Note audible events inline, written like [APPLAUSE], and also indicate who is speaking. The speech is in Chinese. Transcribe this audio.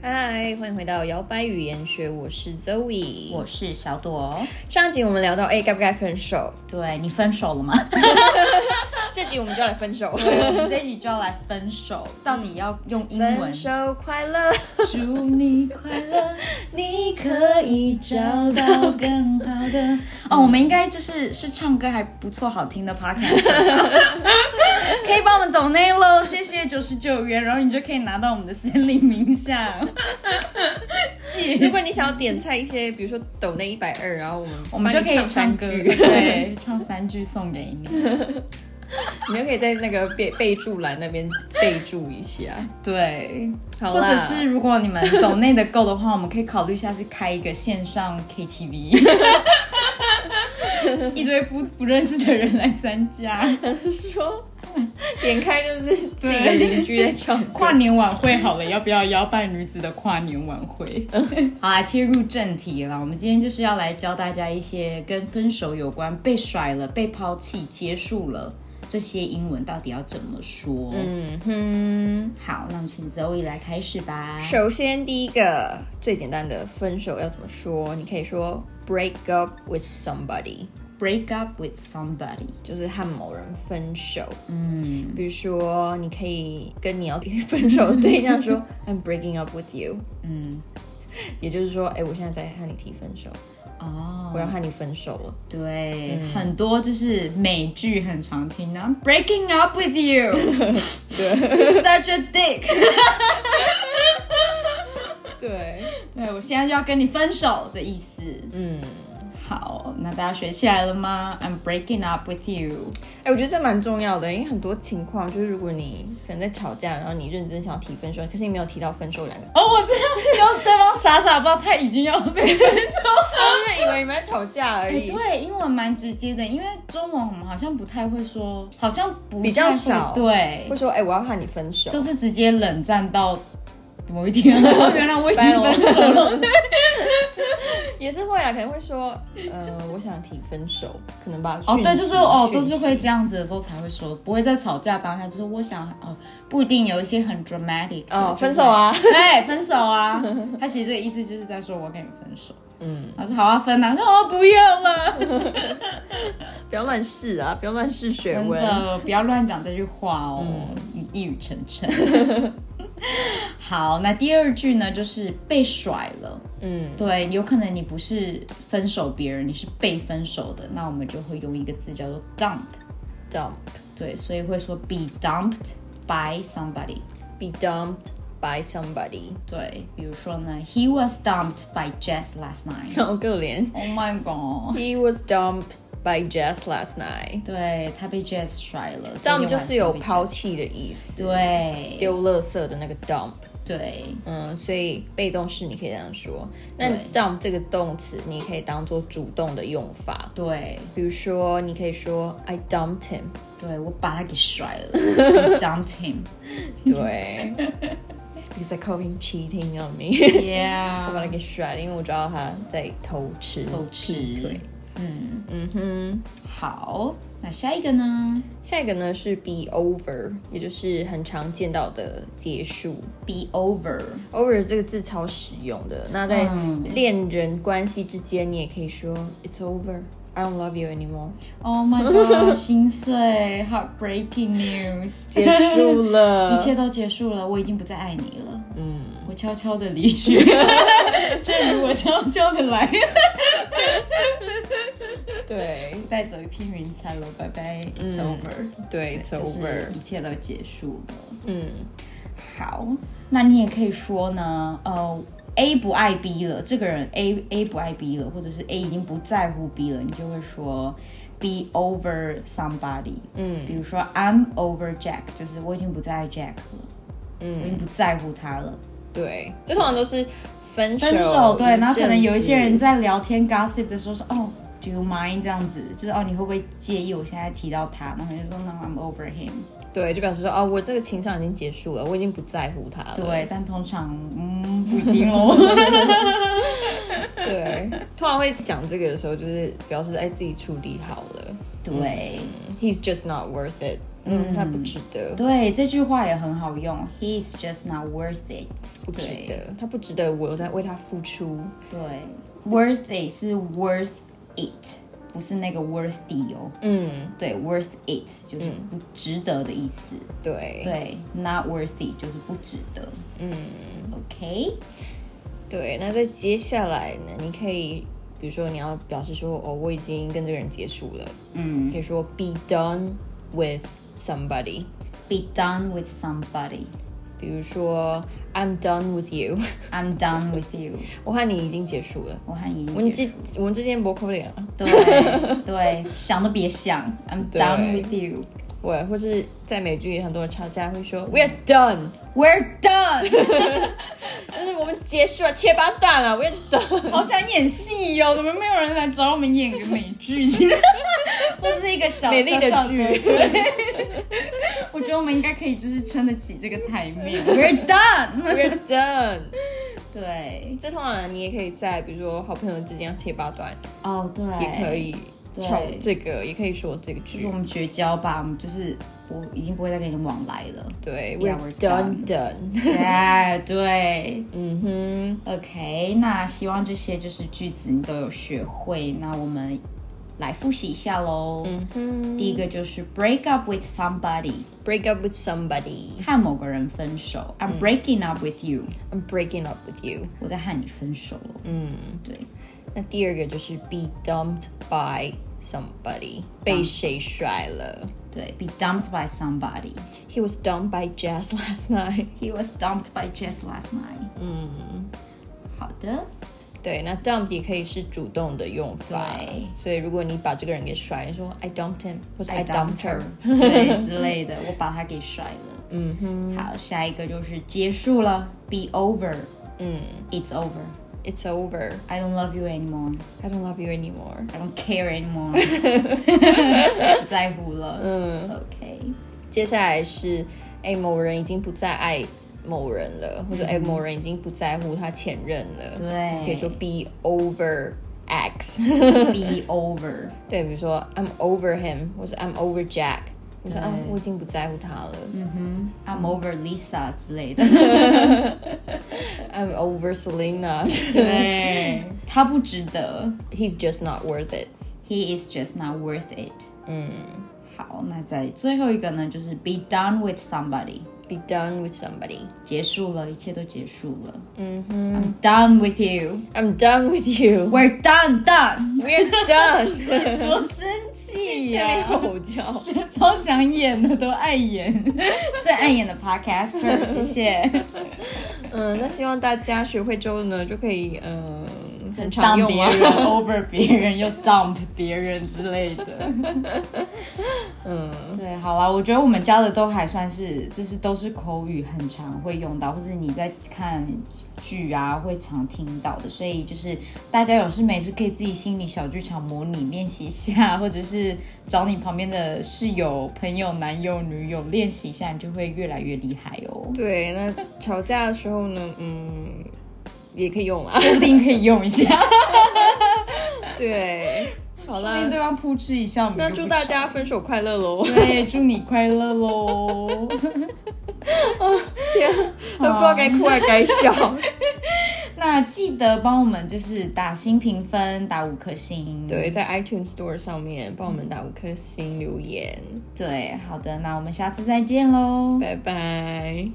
Speaker 1: 欢迎回到摇摆语言学，我是 Zoe。
Speaker 2: 我是小朵。哦
Speaker 1: 上集我们聊到，哎、该不该分手？
Speaker 2: 对你分手了 [LAUGHS] 吗？
Speaker 1: 这集我们就要来分手，
Speaker 2: 我们这一集就要来分手，到底要用英文
Speaker 1: 分？手快乐，
Speaker 2: 祝你快乐，
Speaker 1: 你
Speaker 2: 可以找到更好的。 [LAUGHS] 哦，我们应该就是是唱歌还不错好听的 podcast，可 [LAUGHS] 以帮我们抖内喽，谢谢九十九元，然后你就可以拿到我们的森林冥想。
Speaker 1: 如果你想要点菜一些，比如说抖那一百二，然后我们
Speaker 2: [LAUGHS] 我们就可
Speaker 1: 帮
Speaker 2: 以
Speaker 1: 你
Speaker 2: 唱
Speaker 1: 三
Speaker 2: 歌，
Speaker 1: 句，
Speaker 2: [LAUGHS] 对，唱三句送给你。
Speaker 1: 你就可以在那个备备注栏那边备注一下。
Speaker 2: 对，
Speaker 1: 好
Speaker 2: 或
Speaker 1: 啦
Speaker 2: 者是如果你们抖内的够的话，我们可以考虑一下去开一个线上 [LAUGHS] KTV，一堆不不认识的人来参加 [LAUGHS]
Speaker 1: 说点开就是自己的邻居在唱歌，
Speaker 2: 跨年晚会。好了，要不要摇摆女子的跨年晚会？ [LAUGHS] 好啦，切入正题啦，我们今天就是要来教大家一些跟分手有关，被甩了、被抛弃、结束了这些英文到底要怎么说？
Speaker 1: 嗯哼。
Speaker 2: 好，那我们请 Zoe 来开始吧。
Speaker 1: 首先，第一个最简单的分手要怎么说？你可以说 break up with somebody，
Speaker 2: Break up with somebody。
Speaker 1: 就是和某人分手。
Speaker 2: 嗯，
Speaker 1: 比如说，你可以跟你要分手的对象 [LAUGHS] 说 I'm breaking up with you，
Speaker 2: 嗯，
Speaker 1: 也就是说，哎、我现在在和你提分手，
Speaker 2: 哦，
Speaker 1: 我要和你分手了。
Speaker 2: 对，很多就是美剧很常听到 Breaking up with [LAUGHS] you，对，such a dick， [LAUGHS]
Speaker 1: 对，
Speaker 2: 对我现在就要跟你分手的意思。
Speaker 1: 嗯，
Speaker 2: 好，那大家学起来了吗？I'm breaking up with you。
Speaker 1: 哎、我觉得这蛮重要的，因为很多情况就是，如果你可能在吵架，然后你认真想要提分手，可是你没有提到分手两个字，
Speaker 2: [LAUGHS] 哦，我这样，就对方傻傻不知道他已经要被分手了。
Speaker 1: 他哦就是以为你们在吵架而
Speaker 2: [LAUGHS] 哎
Speaker 1: 已。
Speaker 2: 对，英文蛮直接的，因为中文我们好像不太会说，好像不
Speaker 1: 比较
Speaker 2: 太会
Speaker 1: 少
Speaker 2: 对，
Speaker 1: 会说，哎、我要和你分手，
Speaker 2: 就是直接冷战到某一 [LAUGHS] 天，哦，原来我已经分手了。
Speaker 1: 也是会啊，可能会说，呃，我想提分手，可能吧。
Speaker 2: 哦，对，就是哦，都是会这
Speaker 1: 样。
Speaker 2: 样子的时候才会说，不会在吵架当下，就是我想哦，不一定有一些很 dramatic 的
Speaker 1: 哦，分手，啊， [LAUGHS]
Speaker 2: 就是对，分手啊，他其实这个意思就是在说我要跟你分手，
Speaker 1: [LAUGHS] 嗯，
Speaker 2: 他说好啊，分啊，那我不
Speaker 1: [LAUGHS]
Speaker 2: 要了，
Speaker 1: 不要乱试啊，不要乱试学
Speaker 2: 真
Speaker 1: 问。嗯
Speaker 2: 的不要乱讲这句话哦，一语成谶。 [LAUGHS] 好，那第二句呢，就是被甩了。
Speaker 1: 嗯，
Speaker 2: 对，有可能你不是分手别人，你是被分手的，那我们就会用一个字叫做 dump。
Speaker 1: dump
Speaker 2: 对，所以会说 be dumped by somebody。
Speaker 1: be dumped by somebody， [LAUGHS]
Speaker 2: 对，比如说呢，He was dumped by Jess
Speaker 1: [LAUGHS]
Speaker 2: last night。
Speaker 1: 好可怜。
Speaker 2: Oh my god！
Speaker 1: He was dumped by Jess last night。
Speaker 2: 对他被 Jess 甩了
Speaker 1: dump
Speaker 2: 昨天晚上
Speaker 1: 就是有
Speaker 2: 被 Jess-
Speaker 1: 抛弃的意思，
Speaker 2: 对
Speaker 1: 丢垃圾的那个 dump。
Speaker 2: 对
Speaker 1: 嗯，所以被动式你可以这样说。那
Speaker 2: 对
Speaker 1: dump 这个动词，你可以当做主动的用法。
Speaker 2: 对
Speaker 1: [LAUGHS] 比如说，你可以说 I dumped him。
Speaker 2: 对，我把他给甩了，I dumped him。
Speaker 1: [LAUGHS] 对，because I call him cheating on
Speaker 2: [LAUGHS]
Speaker 1: me 。我
Speaker 2: Yeah，
Speaker 1: 把他给甩了，因为我知道他在偷吃。
Speaker 2: 偷吃
Speaker 1: 对，嗯嗯哼。
Speaker 2: 好，那下一个呢
Speaker 1: 下一个呢是 be over，也就是很常见到的结束。
Speaker 2: ？Be over。
Speaker 1: over 这个字超实用的。那在
Speaker 2: 嗯
Speaker 1: 恋人关系之间，你也可以说 It's over。I don't love you anymore，
Speaker 2: Oh [LAUGHS] my god！心碎，heartbreaking news，
Speaker 1: 结束 [LAUGHS]
Speaker 2: 一
Speaker 1: 了。
Speaker 2: [LAUGHS] 切都结束了，我已经不再爱你了。
Speaker 1: 呃嗯，
Speaker 2: 我悄悄的
Speaker 1: [LAUGHS]
Speaker 2: 离去，正如我悄悄的来，
Speaker 1: 对
Speaker 2: 带走一片云彩了，拜拜，It's over，
Speaker 1: 对，It's
Speaker 2: [LAUGHS] 就是
Speaker 1: over。
Speaker 2: 一切都结束了。
Speaker 1: 嗯，
Speaker 2: 好，那你也可以说呢，呃，A 不爱 B 了，这个人 A A 不爱 B 了，或者是 A 已经不在乎 B 了，你就会说 be over somebody。
Speaker 1: 嗯，
Speaker 2: 比如说 I'm over Jack，就是我已经不再爱 Jack 了，嗯，我已经不在乎他了。
Speaker 1: 对，这通常都是分手
Speaker 2: 分手，对，
Speaker 1: 一
Speaker 2: 然后可能有一些人
Speaker 1: 阵子
Speaker 2: 在聊天 gossip 的时候说，哦，Do you mind 这样子，就是哦，你会不会介意我现在提到他？然后你就说，No, I'm over him。
Speaker 1: 对，就表示说哦，我这个情商已经结束了，我已经不在乎他了。
Speaker 2: 对，但通常嗯不一定哦。
Speaker 1: 对，突然会讲这个的时候，就是表示哎自己处理好了。
Speaker 2: 对、
Speaker 1: He's just not worth it。嗯，他不值得，
Speaker 2: 对，这句话也很好用，He's just not worth it。
Speaker 1: 不值得，他不值得我在为他付出。
Speaker 2: 对，worth it 是 worth it，不是那个 worthy 哦。
Speaker 1: 嗯，
Speaker 2: 对，worth it 就是不值得的意思。
Speaker 1: 对
Speaker 2: 对，not worthy 就是不值得。嗯，OK，
Speaker 1: 对。那在接下来呢，你可以比如说你要表示说哦，我已经跟这个人结束了，
Speaker 2: 嗯
Speaker 1: 可以说 be done with somebody。
Speaker 2: ，be done with somebody。
Speaker 1: 比如说 I'm done with you， [LAUGHS]
Speaker 2: I'm done with you。
Speaker 1: 我和你已经结束了。
Speaker 2: 我和你一起
Speaker 1: 我们这我们之间不扣脸了，
Speaker 2: 对对，想都别想。I'm
Speaker 1: [LAUGHS] 对
Speaker 2: done with you。
Speaker 1: 对，或是在美剧很多人吵架会说 We're done，
Speaker 2: We're done。
Speaker 1: 就是我们结束了，切八段了，We're
Speaker 2: [LAUGHS]
Speaker 1: done。
Speaker 2: 好想演戏哦，怎么没有人来找我们演个美剧？ [LAUGHS] 这是一个小
Speaker 1: 美丽的
Speaker 2: 小小
Speaker 1: 剧
Speaker 2: 对我觉得我们应该可以，就是撑得起这个台面。We're done。
Speaker 1: We're done。
Speaker 2: 对，
Speaker 1: 这通常你也可以在比如说好朋友之间切八段，
Speaker 2: 哦，对，
Speaker 1: 也可。以
Speaker 2: 对
Speaker 1: 吵这个，也可以说这个
Speaker 2: 就是
Speaker 1: 句
Speaker 2: 我。们绝交吧，我们就是我已经不会再跟你往来了。
Speaker 1: [LAUGHS] 对
Speaker 2: Yeah,
Speaker 1: ，We're
Speaker 2: we're
Speaker 1: done done。
Speaker 2: 哎，对
Speaker 1: 嗯哼，
Speaker 2: ，OK，那希望这些就是句子你都有学会。那我们来复习一下喽。
Speaker 1: 嗯哼
Speaker 2: 第一个就是 break up with somebody，
Speaker 1: ，Break up with somebody。
Speaker 2: 和某个人分手。I'm breaking up with you，、
Speaker 1: I'm breaking up with you。
Speaker 2: 我在和你分手了。嗯，对，
Speaker 1: 那第二个就是 be dumped by somebody，被谁甩了
Speaker 2: 对，be dumped by somebody。
Speaker 1: ？He was dumped by Jazz [LAUGHS] last night。
Speaker 2: He was dumped by Jess last night。嗯，好的，
Speaker 1: 对，那 dump 也可以是主动的用法
Speaker 2: 对。
Speaker 1: 所以如果你把这个人给甩了，说 I dumped him，或是 I dumped her。
Speaker 2: 对之类 [LAUGHS] 的，我把它给甩了。嗯哼，好，下一个就是结束了，be over。嗯，it's over。
Speaker 1: It's over.
Speaker 2: I don't love you anymore.
Speaker 1: I don't love you anymore.
Speaker 2: I don't care anymore. 不在乎了。嗯，OK。
Speaker 1: 接下来是，哎，某人已经不再爱某人了，或者哎，某人已经不在乎他前任了。
Speaker 2: 对
Speaker 1: 可以说 be over X。
Speaker 2: Be over。
Speaker 1: 对，比如说 I'm over him，或者 I'm over Jack，我说啊，我已经不在乎他了。
Speaker 2: I'm over Lisa 之类的。
Speaker 1: I'm over Selena，
Speaker 2: 对， [LAUGHS] 他不值得。
Speaker 1: [LAUGHS] he's just not worth it。
Speaker 2: He is just not worth it。嗯，好，那在最后一个呢，就是 be done with somebody。
Speaker 1: Be done with somebody。
Speaker 2: 结束了，一切都结束了。嗯哼，I'm done with you.
Speaker 1: I'm done with you。
Speaker 2: We're
Speaker 1: [LAUGHS]
Speaker 2: done, done. [LAUGHS]
Speaker 1: We're [LAUGHS] done。
Speaker 2: 多生
Speaker 1: [LAUGHS]
Speaker 2: 气
Speaker 1: 在那边
Speaker 2: 呀、
Speaker 1: 吼叫。
Speaker 2: 超想演的，都爱演，最爱演的 podcaster，谢谢。
Speaker 1: 嗯，那希望大家学会之后呢，就可以嗯，很常
Speaker 2: dump
Speaker 1: 用
Speaker 2: 别
Speaker 1: 啊。 [LAUGHS]
Speaker 2: 人，over 别人，又 dump 别人之类的。嗯，对，好啦，我觉得我们教的都还算是，就是都是口语很常会用到，或者你在看剧啊会常听到的，所以就是大家有事没事可以自己心里小剧场模拟练习一下，啊或者是找你旁边的室友、朋友、男友、女友练习一下，你就会越来越厉害哦。
Speaker 1: 对，那吵架的时候呢，嗯，也可以用啊 [LAUGHS] 啦。
Speaker 2: 说不定可以用一下，
Speaker 1: 对，好
Speaker 2: 说不定
Speaker 1: 啦，
Speaker 2: 对方扑哧一笑，我们
Speaker 1: 那
Speaker 2: 就
Speaker 1: 祝
Speaker 2: 不
Speaker 1: 大
Speaker 2: 吵
Speaker 1: 家分手快乐喽！ [LAUGHS]
Speaker 2: 对，祝你快乐喽！
Speaker 1: 我不知道该哭还该笑。
Speaker 2: [LAUGHS] 那记得帮我们就是打新评分，打五颗星。
Speaker 1: 对，在 iTunes Store 上面帮我们打五颗星留言，
Speaker 2: 对，好的，那我们下次再见喽，
Speaker 1: 拜拜。